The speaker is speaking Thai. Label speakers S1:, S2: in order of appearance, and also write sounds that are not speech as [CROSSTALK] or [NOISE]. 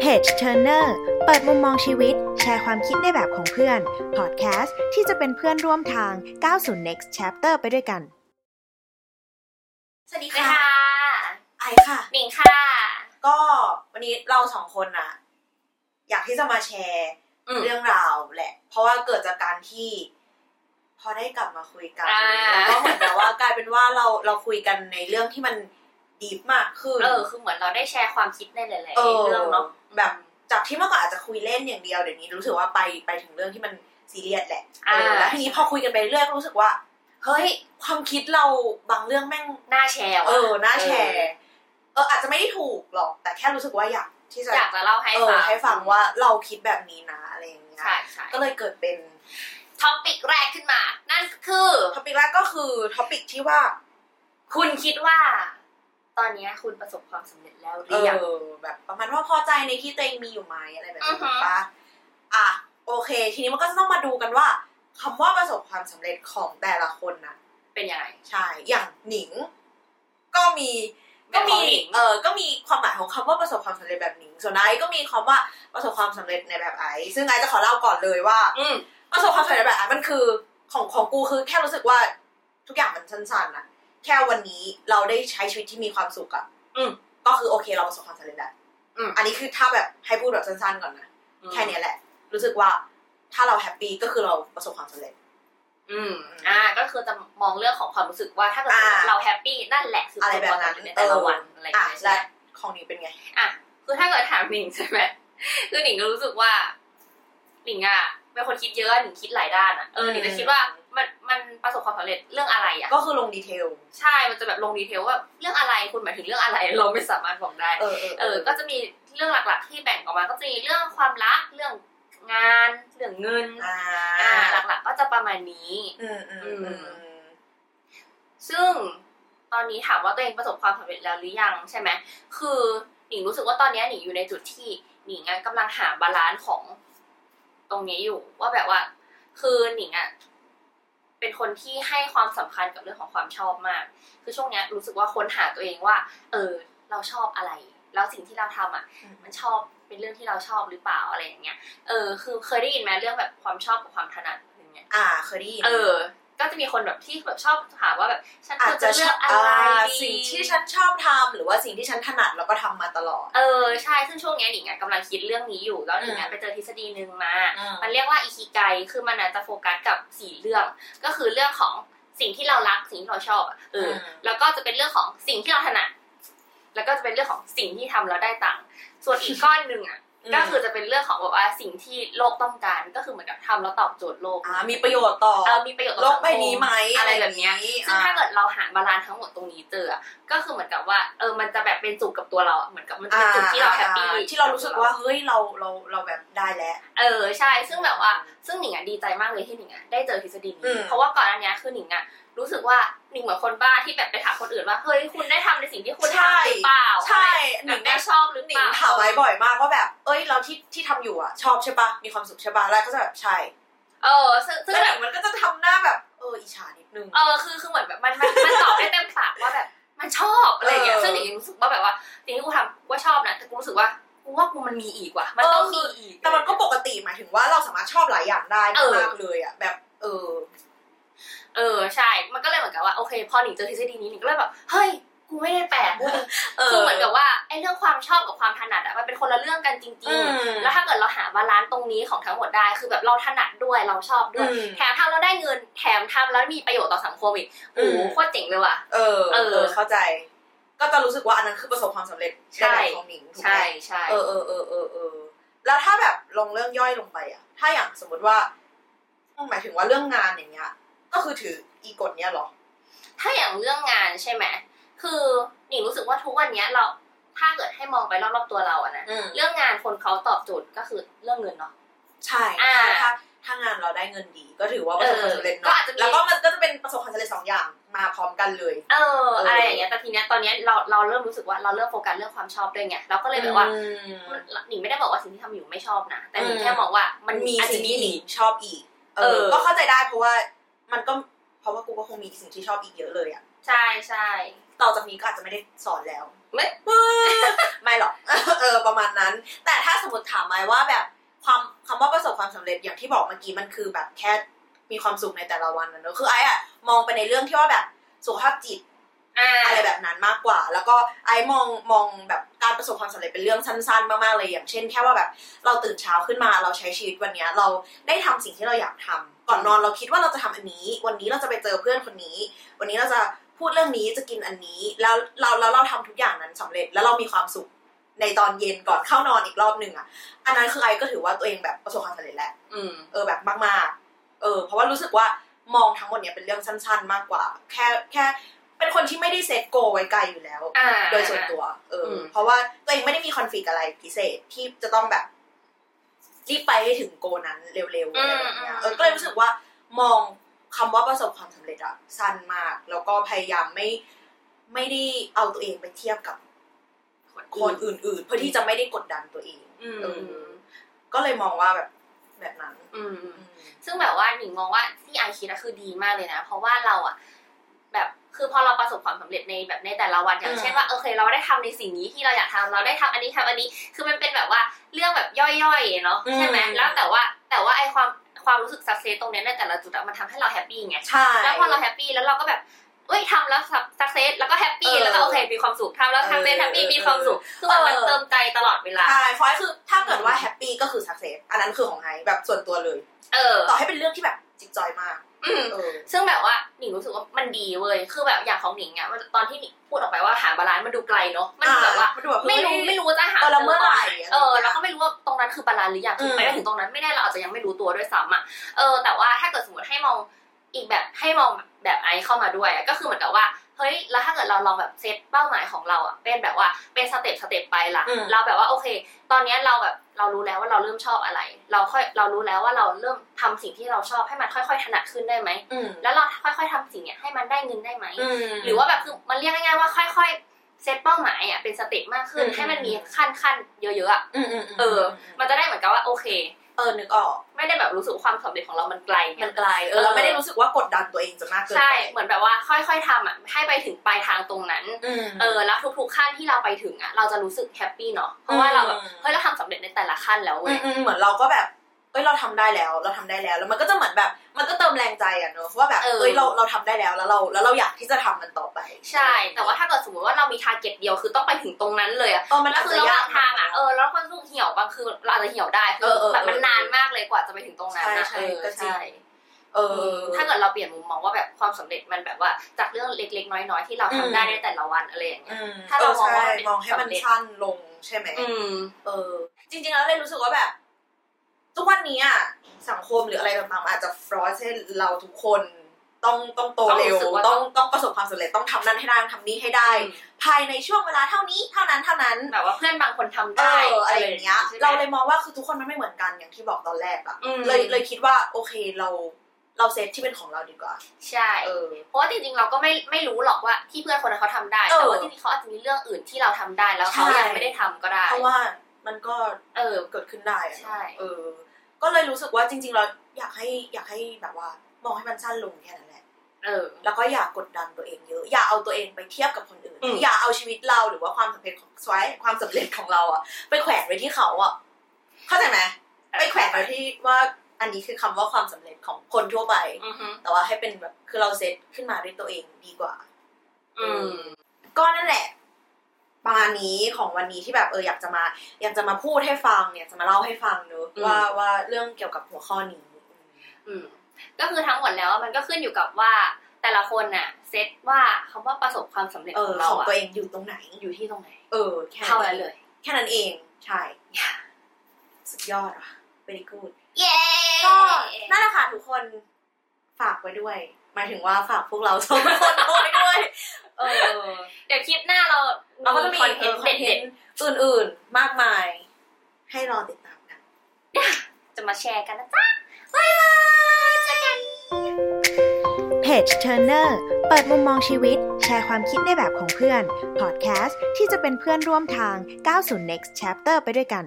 S1: Page Turner เปิดมุมมองชีวิต แชร์ความคิดในแบบของเพื่อน พอดแคสต์ที่จะเป็นเพื่อนร่วมทาง 90 Next Chapter ไปด้วยกัน
S2: สวัสดี
S3: สวัสดี
S2: ค่ะ
S3: ค่ะ
S2: ไอค่ะ
S3: หนิงค่ะ
S2: ก็วันนี้เราสองคนอะอยากที่จะมาแชร์
S3: อืม
S2: เรื่องราวแหละ เพราะว่าเกิดจากการที่ พอได้กลับมาคุยกัน
S3: อ่า
S2: แล้วก็เหมือนแบบว่ากลายเป็นว่าเราเราคุยกันในเรื่องที่มันดีฟมากขึ้น
S3: เออ คือเหมือนเราได้แชร์ความคิดในหลาย
S2: เออ
S3: ๆเรื่องเนาะ
S2: แบบจากที่เมื่อก่อนอาจจะคุยเล่นอย่างเดียวเดี๋ยวนี้รู้สึกว่าไปไปถึงเรื่องที่มันซีเรียสแหละ
S3: อ่า
S2: เออแล้วทีนี้พอคุยกันไปเรื่อยก็รู้สึกว่า เฮ้ย ความคิดเราบางเรื่องแม่ง
S3: หน้าแชร์ว่ะ
S2: เออน่าแชร์ เอออาจจะไม่ได้ถูกหรอก แต่แค่รู้สึกว่าอยากที่จะ
S3: อยากจะเล่าให้
S2: เออ
S3: ฟัง
S2: ให้ฟังว่าเราคิดแบบนี้นะอะไรอย่างเงี้ย
S3: ใช่ใช่
S2: ก็เลยเกิดเป็น
S3: ท็อปิกแรกขึ้นมา นั่นก็คือ
S2: ท็อปิกแรกก็คือท็อปิกที่ว่า
S3: คุณคิดว่า ตอนเนี้ยคุณประสบความสำเร็จแล้วห
S2: เอ
S3: รือยัง
S2: อแบบประมาณว่าพอใจในที่ตัวเองมีอยู่ไหมอะไรแบบ
S3: อื
S2: นี้
S3: อฮึ
S2: ถูกปะอ่ะโอเค ทีนี้มันก็จะต้องมาดูกันว่าคำว่าประสบความสำเร็จของแต่ละคนนะ
S3: เป็นยังไง
S2: ใช่อย่างหนิง ก็มี
S3: เป็
S2: ก็
S3: นข
S2: มี
S3: องหนิง
S2: เออก็มีความหมายของคำว่าประสบความสำเร็จแบบหนิงส่วนไอซ์ก็มีคำว่าประสบความสำเร็จในแบบไอซ์ซึ่งไอซ์จะขอเล่าก่อนเลยว่า
S3: อืม
S2: ประสบความสำเร็จแบบนั้นมันคือของของกูคือแค่รู้สึกว่าทุกอย่างมันสั้นๆอะแค่วันนี้เราได้ใช้ชีวิตที่มีความสุขอะ
S3: อืม
S2: ก็คือโอเคเราประสบความสำเร็จแล้ว
S3: อืม
S2: อันนี้คือถ้าแบบให้พูดแบบสั้นๆก่อนนะแค่เนี้ยแหละ รู้สึกว่าถ้าเราแฮปปี้ก็คือเราประสบความสำเร็จ
S3: อืม อ่า ก็คือจะมองเรื่องของความรู้สึกว่าถ้าเกิด
S2: อ่า
S3: เราแฮปปี้นั่นแหละคื
S2: ะไรแบบ
S3: ค
S2: นั้น
S3: วามสำเร็จในแต่ละ
S2: เออ
S3: วันอะไรอย่าง
S2: อ่ะ
S3: เงี้ยใช่
S2: และ
S3: ไหม
S2: ของนี้เป็นไง
S3: อ่ะคือถ้าเกิดถามหนิงใช่ไหม [LAUGHS] คือหนิงก็รู้สึกว่าหนิงอ่ะเป็นคนคิดเยอะหนิงคิดหลายด้านอ่ะเออหนิงจะคิดว่ามันมันประสบความสำเร็จเรื่องอะไรอ่ะ
S2: ก็คือลงดีเทล
S3: ใช่มันจะแบบลงดีเทลว่าเรื่องอะไรคุณหมายถึงเรื่องอะไรเราไม่สามารถบอกได้
S2: เออ
S3: เออ ก็จะมีเรื่องหลักๆที่แบ่งออกมา ก็จะมีเรื่องความรักเรื่องงานเรื่องเงิน
S2: อ่า
S3: อ่าหลักๆ ก็จะประมาณนี้
S2: อืมอืมอืมอืม
S3: ซึ่งตอนนี้ถามว่าตัวเองประสบความสำเร็จแล้วหรือยังใช่ไหม คือหนิงรู้สึกว่าตอนนี้หนิงอยู่ในจุดที่หนิงอะกำลังหาบาลานซ์ของตรงนี้อยู่ว่าแบบว่า คือหนิงอะเป็นคนที่ให้ความสำคัญกับเรื่องของความชอบมาก คือช่วงเนี้ยรู้สึกว่าค้นหาตัวเองว่า เออ เราชอบอะไร แล้วสิ่งที่เราทำอะ มันชอบเป็นเรื่องที่เราชอบหรือเปล่าอะไรอย่างเงี้ย เออ คือเคยได้ยินไหมเรื่องแบบความชอบกับความถนัดอะไรเงี้ย
S2: อ่าเคยได้ยิน
S3: เออ ก็จะมีคนแบบที่แบบชอบถามว่าแบบฉันควรจะเลือก
S2: า
S3: อะไรดี
S2: สิ่งที่ฉันชอบทำหรือว่าสิ่งที่ฉันถนัดแล้วก็ทำมาตลอด
S3: เออใช่ ซึ่งช่วงเนี้ยหนิงอะกำลังคิดเรื่องนี้อยู่ แล้วหนิงอะ
S2: อืม
S3: ไปเจอทฤษฎีหนึ่งมา
S2: อืม
S3: มันเรียกว่าอิคิไก คือมันอะจะโฟกัสกับสี่เรื่อง ก็คือเรื่องของสิ่งที่เรารัก สิ่งที่เราชอบอะเอออ
S2: ม
S3: แล้วก็จะเป็นเรื่องของสิ่งที่เราถนัด แล้วก็จะเป็นเรื่องของสิ่งที่ทำแล้วได้ตังค์ ส่วนอีกก้อนหนึ่งอะก็คือจะเป็นเรื่องของแบบว่าสิ่งที่โลกต้องการ ก็คือเหมือนกับทำแล้วตอบโจทย์โลก
S2: อ่ามีประโยชน์ต่อ
S3: เออมีประโยชน์ต่อ
S2: โลก
S3: สังคม
S2: ใบนี้ไหมอะไรแบบนี้
S3: ซึ่งถ้าเกิดเราหาบาลานซ์ทั้งหมดตรงนี้เจออะก็คือเหมือนกับว่าเออมันจะแบบเป็นจุดกับตัวเราอะเหมือนกับมันจะเป็นจุดที่เราแฮปปี้
S2: อ่าที่เรารู้สึกว่าเฮ้ยเราเราเราแบบได้แล้ว
S3: เออใช่ ซึ่งแบบว่า ซึ่งหนิงอ่ะดีใจมากเลยที่หนิงอ่ะได้เจอทฤษฎี
S2: อื
S3: นี้
S2: ม
S3: เพราะว่าก่อนอันเนี้ยคือหนิงอ่ะรู้สึกว่าหนิงเหมือนคนบ้าที่แบบไปถามคนอื่นว่าเฮ้ยคุณได้ทำในสิ่งที่คุณทำหรือเปล่า
S2: ใช่ห
S3: หนิ
S2: นิ
S3: ง
S2: ง
S3: ได้
S2: ได้
S3: ชอบหรือ
S2: หนิ
S3: เป
S2: ง
S3: ล่า
S2: ถามไว้บ่อยมากว่าแบบ เอ้ยเราที่ที่ทำอยู่อ่ะ ชอบใช่ปะมีความสุขใช่ปะแล้วก็จะแบบใช่
S3: เออซึ่งซึ่ง
S2: แล้วห
S3: แบบ
S2: นิงมันก็จะทำหน้าแบบเอออิจฉานิดนึง
S3: เออคือคือเหมือนแบบมันมันมันตอบได้เต็มปากว่าแบบมันชอบอะไรอย่างเงี้ย
S2: เออ
S3: ซึ่งหนิงรู้สึกว่าแบบว่าสิ่งที่กูทำกูว่าชอบนะแต่กูรู้สึกว่ากูว่ากูมันมีอีกว่ะมันต้องมีอีก
S2: แต่มันก็ปกติหมายถึงว่าเราสามารถชอบหลายอย่างได้
S3: เออ
S2: มากๆเลยอ่ะแบบ เออ
S3: เออใช่ มันก็เลยเหมือนกับว่าโอเค พอหนิงเจอทฤษฎีนี้หนิงก็เลยแบบเฮ้ยกูไม่ได้แปลกเว้ย
S2: เออ
S3: คือเหมือนกับว่าไอ้เรื่องความชอบกับความถนัดอะมันเป็นคนละเรื่องกันจริง
S2: อืม
S3: ๆ แล้วถ้าเกิดเราหาบาลานซ์ตรงนี้ของทั้งหมดได้คือแบบเราถนัดด้วยเราชอบด้วย
S2: อืม
S3: แถมทำแล้วได้เงินแถมทำแล้วมีประโยชน์ต่อสังคมอีก
S2: อื
S3: โอ้
S2: ม
S3: โหโคตรเจ๋งเลยว่ะ
S2: เออ
S3: เออ
S2: เออเข้าใจ ก็จะรู้สึกว่าอันนั้นคือประสบความสำเร็จ
S3: ใช่
S2: ในแบบของหนิงถูกไหม
S3: ใช่ใช่
S2: เออเออเออเออเออแล้วถ้าแบบลงเรื่องย่อยลงไปอะถ้าอย่างสมมติว่าหมายถึงว่าเรื่องงานอย่างเงี้ย ก็คือถืออีกฎเนี้ยเหรอ
S3: ถ้าอย่างเรื่องงานใช่ไหมคือหนิงรู้สึกว่าทุกวันเนี้ยเราถ้าเกิดให้มองไปรอบๆตัวเราอะนะ
S2: อืม
S3: เรื่องงานคนเขาตอบโจทย์ก็คือเรื่องเงินเนาะ
S2: ใช่
S3: อ่า
S2: ถ้าถ้าถ้างานเราได้เงินดี ก็ถือว่าประสบความสำเร็จ
S3: เออก็
S2: เนาะ
S3: อาจจะมี
S2: แล้วก็มันก็จะเป็นประสบความสำเร็จสองอย่างมาพร้อมกันเลย
S3: เอออะไรอย่างเงี้ยแต่ทีเนี้ยตอนเนี้ยเราเราเริ่มรู้สึกว่าเราเริ่มโฟกัสเรื่องความชอบด้วยไงเราก็เลยแบบว่ามันหนิงไม่ได้บอกว่าสิ่งที่ทำอยู่ไม่ชอบนะแต่หนิง
S2: อืม
S3: แค่มองว่ามั
S2: มันนมี
S3: อัน
S2: สิ่งที่หนี
S3: นี้
S2: ชอบอีก เอ
S3: เอ
S2: อ
S3: อ
S2: ก็เข้าใจได้เพราะว่ามันก็เพราะว่ากูก็คงมีสิ่งที่ชอบอีกเยอะเลยอะ
S3: ใช่ใช่
S2: ต่อจากนี้ก็อาจจะไม่ได้สอนแล้ว
S3: อ ไม่
S2: ไม่หรอก [LAUGHS] เออประมาณนั้น แต่ถ้าสมมติถามไายว่าแบบความคำว่าประสบความสำเร็จอย่างที่บอกเมื่อกี้มันคือแบบแค่มีความสุขในแต่ละวันนะเนอะคือไอ้อะมองไปในเรื่องที่ว่าแบบสุขภาพจิต
S3: อ่า
S2: อะไรแบบนั้นมากกว่า แล้วก็ไอ้มองมองแบบการประสบความสำเร็จเป็นเรื่องสั้นๆ มากๆเลยอย่างเช่นแค่ว่าแบบเราตื่นเช้าขึ้นมาเราใช้ชีวิตวันเนี้ยเราได้ทำสิ่งที่เราอยากทำก่อนนอนเราคิดว่าเราจะทำอันนี้ วันนี้เราจะไปเจอเพื่อนคนนี้ วันนี้เราจะพูดเรื่องนี้จะกินอันนี้ แล้วเราแล้วเราทำทุกอย่างนั้นสำเร็จแล้วเรามีความสุข ในตอนเย็นก่อนเข้านอนอีกรอบหนึ่งอ่ะ อันนั้นคือไอก็ถือว่าตัวเองแบบประสบความสำเร็จแล้ว
S3: อืม
S2: เออแบบมากๆ เออ เพราะว่ารู้สึกว่ามองทั้งหมดเนี้ยเป็นเรื่องสั้นๆ มากกว่า แค่แค่เป็นคนที่ไม่ได้เซตโกไว้ไกลอยู่แล้ว
S3: อ่า
S2: โดยส่วนตัว เอออ
S3: ม
S2: เพราะว่าตัวเองไม่ได้มีคอนฟ lict อะไรพิเศษที่จะต้องแบบรีบไปให้ถึงโกนั้นเร็วๆอะไรแบบเนี้ยเออก็เลยรู้สึกว่ามองคำว่าประสบความสำเร็จอะสั้นมาก แล้วก็พยายามไม่ไม่ได้เอาตัวเองไปเทียบกับคนอื่น ๆ เพื่อที่จะไม่ได้กดดันตัวเอง
S3: อืม
S2: เออ ก็เลยมองว่าแบบแบบนั้น
S3: อืม ซึ่งแบบว่าหนิงมองว่าที่ไอคิดอะคือดีมากเลยนะ เพราะว่าเราอะแบบคือพอเราประสบความสำเร็จในแบบในแต่ละวันอย่าง
S2: อืม
S3: เช่นว่าโอเคเราได้ทำในสิ่งนี้ที่เราอยากทำเราได้ทำอันนี้ทำอันนี้ คือมันเป็นแบบว่าเรื่องแบบย่อยๆเนาะใช่ไหมแล้วแต่ว่าแต่ว่าไอความความรู้สึกสักเซสตรงเนี้ยในแต่ละจุดอะมันทำให้เราแฮปปี้ไง
S2: ใช่
S3: แล้วพอเราแฮปปี้แล้วเราก็แบบเอ้ยทำแล้วสักเซสแล้วก็แฮปปี้
S2: เออ
S3: แล้วก็โอเคมีความสุขทำแล้ว
S2: เออ
S3: ทำเซสแฮปปี้มีความสุขคือมัน
S2: เออ
S3: มันเติมใจตลอดเวลา
S2: ใช่เพราะคือถ้าเกิดว่าแฮปปี้ก็คือสักเซสอันนั้นคือของไฮแบบส่วนตัวเลย
S3: เออ
S2: ต่อให้เป็นเรื่องที่แบบจิกจอยมาก
S3: อืม
S2: เออ
S3: ซึ่งแบบว่าหนิงรู้สึกว่ามันดีเว้ยคือแบบอย่างของหนิงอะว่าตอนที่หนิงพูดออกไปว่าหาบาลานซ์มันดูไกลเนาะมันดูแบบว่า
S2: มันดูแบบ
S3: ไม่รู้ไม่รู้ว่าจะหา
S2: เออแล้วเมื่อไหร่
S3: เออแล้วก็ไม่รู้ว่าตรงนั้นคือบาลานซ์หรือยัง
S2: อื
S3: ถึง
S2: ม
S3: ไปไม่ถึงตรงนั้นไม่แน่เราอาจจะยังไม่รู้ตัวด้วยซ้ำอ่ะเออแต่ว่าถ้าเกิดสมมติให้มองอีกแบบให้มองแบบไอซ์เข้ามาด้วยอะก็คือเหมือนกับว่าเฮ้ยแล้วถ้าเกิดเราลองแบบเซตเป้าหมายของเราอ่ะเป็นแบบว่าเป็นสเต็ปสเต็ปไปล่ะ
S2: อืม
S3: เราแบบว่าโอเค ตอนเนี้ยเราแบบเรารู้แล้วว่าเราเริ่มชอบอะไร เราค่อยเรารู้แล้วว่าเราเริ่มทำสิ่งที่เราชอบให้มันค่อย ๆ ถนัดขึ้นได้ไหม
S2: อืม
S3: แล้วเราค่อย ๆทำสิ่งเนี้ยให้มันได้เงินได้ไหม
S2: อืม
S3: หรือว่าแบบคือมันเรียกง่ายๆว่าค่อยๆ เซตเป้าหมายอ่ะเป็นสเต็ปมากขึ้น
S2: อืม
S3: ให้มันมีขั้นขั้นๆเยอะๆอ่ะ
S2: อืมอืม
S3: เออ มันจะได้เหมือนกับว่าโอเค
S2: เออนึกออก
S3: ไม่ได้แบบรู้สึกว่าความสำเร็จของเรามันไกลไง
S2: มันไกลเออเราไม่ได้รู้สึกว่ากดดันตัวเองจนมากเกิน
S3: ใช่
S2: ไป
S3: เหมือนแบบว่าค่อยๆทำอ่ะให้ไปถึงปลายทางตรงนั้น
S2: อืม
S3: เออแล้วทุกๆขั้นที่เราไปถึงอ่ะเราจะรู้สึกแฮปปี้เนาะเพราะว่า
S2: อืม
S3: เราแบบเฮ้ยเราทำสำเร็จในแต่ละขั้นแล้ว
S2: อื
S3: เว้ย
S2: มอืมเหมือนเราก็แบบเอ้ยเราทำได้แล้ว เราทำได้แล้ว แล้วมันก็จะเหมือนแบบ มันก็เติมแรงใจอ่ะเนอะว่าแบบเอ้ยเราเราทำได้แล้วแล้วเราแล้วเราอยากที่จะทำมันต่อไป
S3: ใช่ แต่ว่าถ้าเกิดสมมติว่าเรามีทาร์เก็ตเดียวคือต้องไปถึงตรงนั้นเลยอ่ะ
S2: เออมัน
S3: แล้วคือระหว่างทางอ่ะเอ
S2: อ
S3: อแล้วก็รู้สึกเหี่ยวบางคือเราอาจจะเหี่ยวได้คื
S2: เออเออ
S3: แบบมั
S2: เออน
S3: นานมากเลยกว่าจะไปถึงตรงนั้นนะ
S2: ใช่ใช่
S3: เออ
S2: ก็จ
S3: ใช่
S2: ริงเออ
S3: ถ้าเกิดเราเปลี่ยนมุมมองว่าแบบความสำเร็จมันแบบว่าจากเรื่องเล็กๆ น้อยๆ ที่เราทำได้
S2: อืม
S3: ในแต่ละวันอะไรอย่างเงี้ย
S2: อืม
S3: ถ้าเรา
S2: ใช่
S3: มองว่ามันเป็น
S2: มองให้มัน
S3: สำเร็จ
S2: สั้นลงใช่ไหม
S3: อืม
S2: เออ จริงๆแล้วเลยรู้สึกว่าแบบ ทุกวันนี้อะสังคมหรืออะไรต่างๆอาจจะฟรอสให้เราทุกคนต้องต้องโต
S3: ต้องรู้
S2: เร็ว
S3: สึกว่า
S2: ต้องต้องประสบความสำเร็จต้องทำนั่นให้ได้ต้องทำนี่ให้ได้
S3: ใช่
S2: ภายในช่วงเวลาเท่านี้เท่านั้นเท่านั้น
S3: แบบว่าเพื่อนบางคนทำ
S2: เอ
S3: ได้
S2: ออะไรอย่างเงี้ย
S3: ใช่ไหม
S2: เราเลยมองว่าคือทุกคนมันไม่เหมือนกันอย่างที่บอกตอนแรกอะ
S3: อืม
S2: เลยเลยคิดว่าโอเคเราเราเซตที่เป็นของเราดีกว่า
S3: ใช่
S2: เออ
S3: เพราะว่าจริงๆ เราก็ไม่ไม่รู้หรอกว่าที่เพื่อนคนนั้นเขาทำได้
S2: เออ
S3: แต่ว่าจริงๆเขาอาจจะมีเรื่องอื่นที่เราทำได้แล้วเขา
S2: ใช่
S3: ยังไม่ได้ทำก็ได้
S2: เพราะว่ามันก็
S3: เออ
S2: เกิดขึ้นได้อะเนอะ
S3: ใช่
S2: เออ ก็เลยรู้สึกว่าจริง ๆ เราอยากให้อยากให้แบบว่า มองให้มันสั้นลงแค่นั้นแหละ
S3: เออ
S2: แล้วก็อย่ากกดดันตัวเองเยอะ อย่าเอาตัวเองไปเทียบกับคนอื่น
S3: อืม
S2: อย่าเอาชีวิตเราหรือว่าความสำเร็จของสวยความสำเร็จของเราอะไปแขวนไว้ที่เขาอะเข้าใจไหมไปแขวนไว้ที่ว่าอันนี้คือคำว่าความสำเร็จของคนทั่วไป
S3: อือฮึ
S2: แต่ว่าให้เป็นแบบคือเราเซตขึ้นมาด้วยตัวเองดีกว่า
S3: อืม
S2: ก็นั่นแหละ ประมาณนี้ของวันนี้ที่แบบเอออยากจะมา อยากจะมาพูดให้ฟังเนี่ยจะมาเล่าให้ฟังเนอะ
S3: อืม
S2: ว่าว่าเรื่องเกี่ยวกับหัวข้อนี้
S3: อืมก็คือทั้งหมดแล้วมันก็ขึ้นอยู่กับว่าแต่ละคนน่ะเซตว่าคำว่าประสบความสำเร็จ
S2: เอ
S3: ข
S2: อ
S3: องเรา
S2: ของ
S3: อะ
S2: ตัวเองอยู่ตรงไหน
S3: อยู่ที่ตรงไหน
S2: เออแค่
S3: เท่านั้นเลย
S2: แค่นั้นเองใช่สุดยอดอ่ะเ e ร y กูด
S3: เย้
S2: ก็นั่นแหละค่ะทุกคนฝากไว้ด้วยหมายถึงว่าฝากพวกเราสองคนเอาไว้ด้วย เออ
S3: เดี๋ยวคลิปหน้าเรา
S2: เราก็จะมี
S3: คอนเท
S2: เอน อ
S3: ต์
S2: คอนเท
S3: เด็
S2: น
S3: ด
S2: ต์อื่นๆมากมาย ให้รอติดตามกัน
S3: ๆจะมาแชร์กันนะจ๊ะบ๊ายบาย เจอกัน
S1: เพจ Turner เปิดมุมมองชีวิต แชร์ความคิดในแบบของเพื่อน พอดแคสต์ที่จะเป็นเพื่อนร่วมทาง 90 Next Chapter ไปด้วยกัน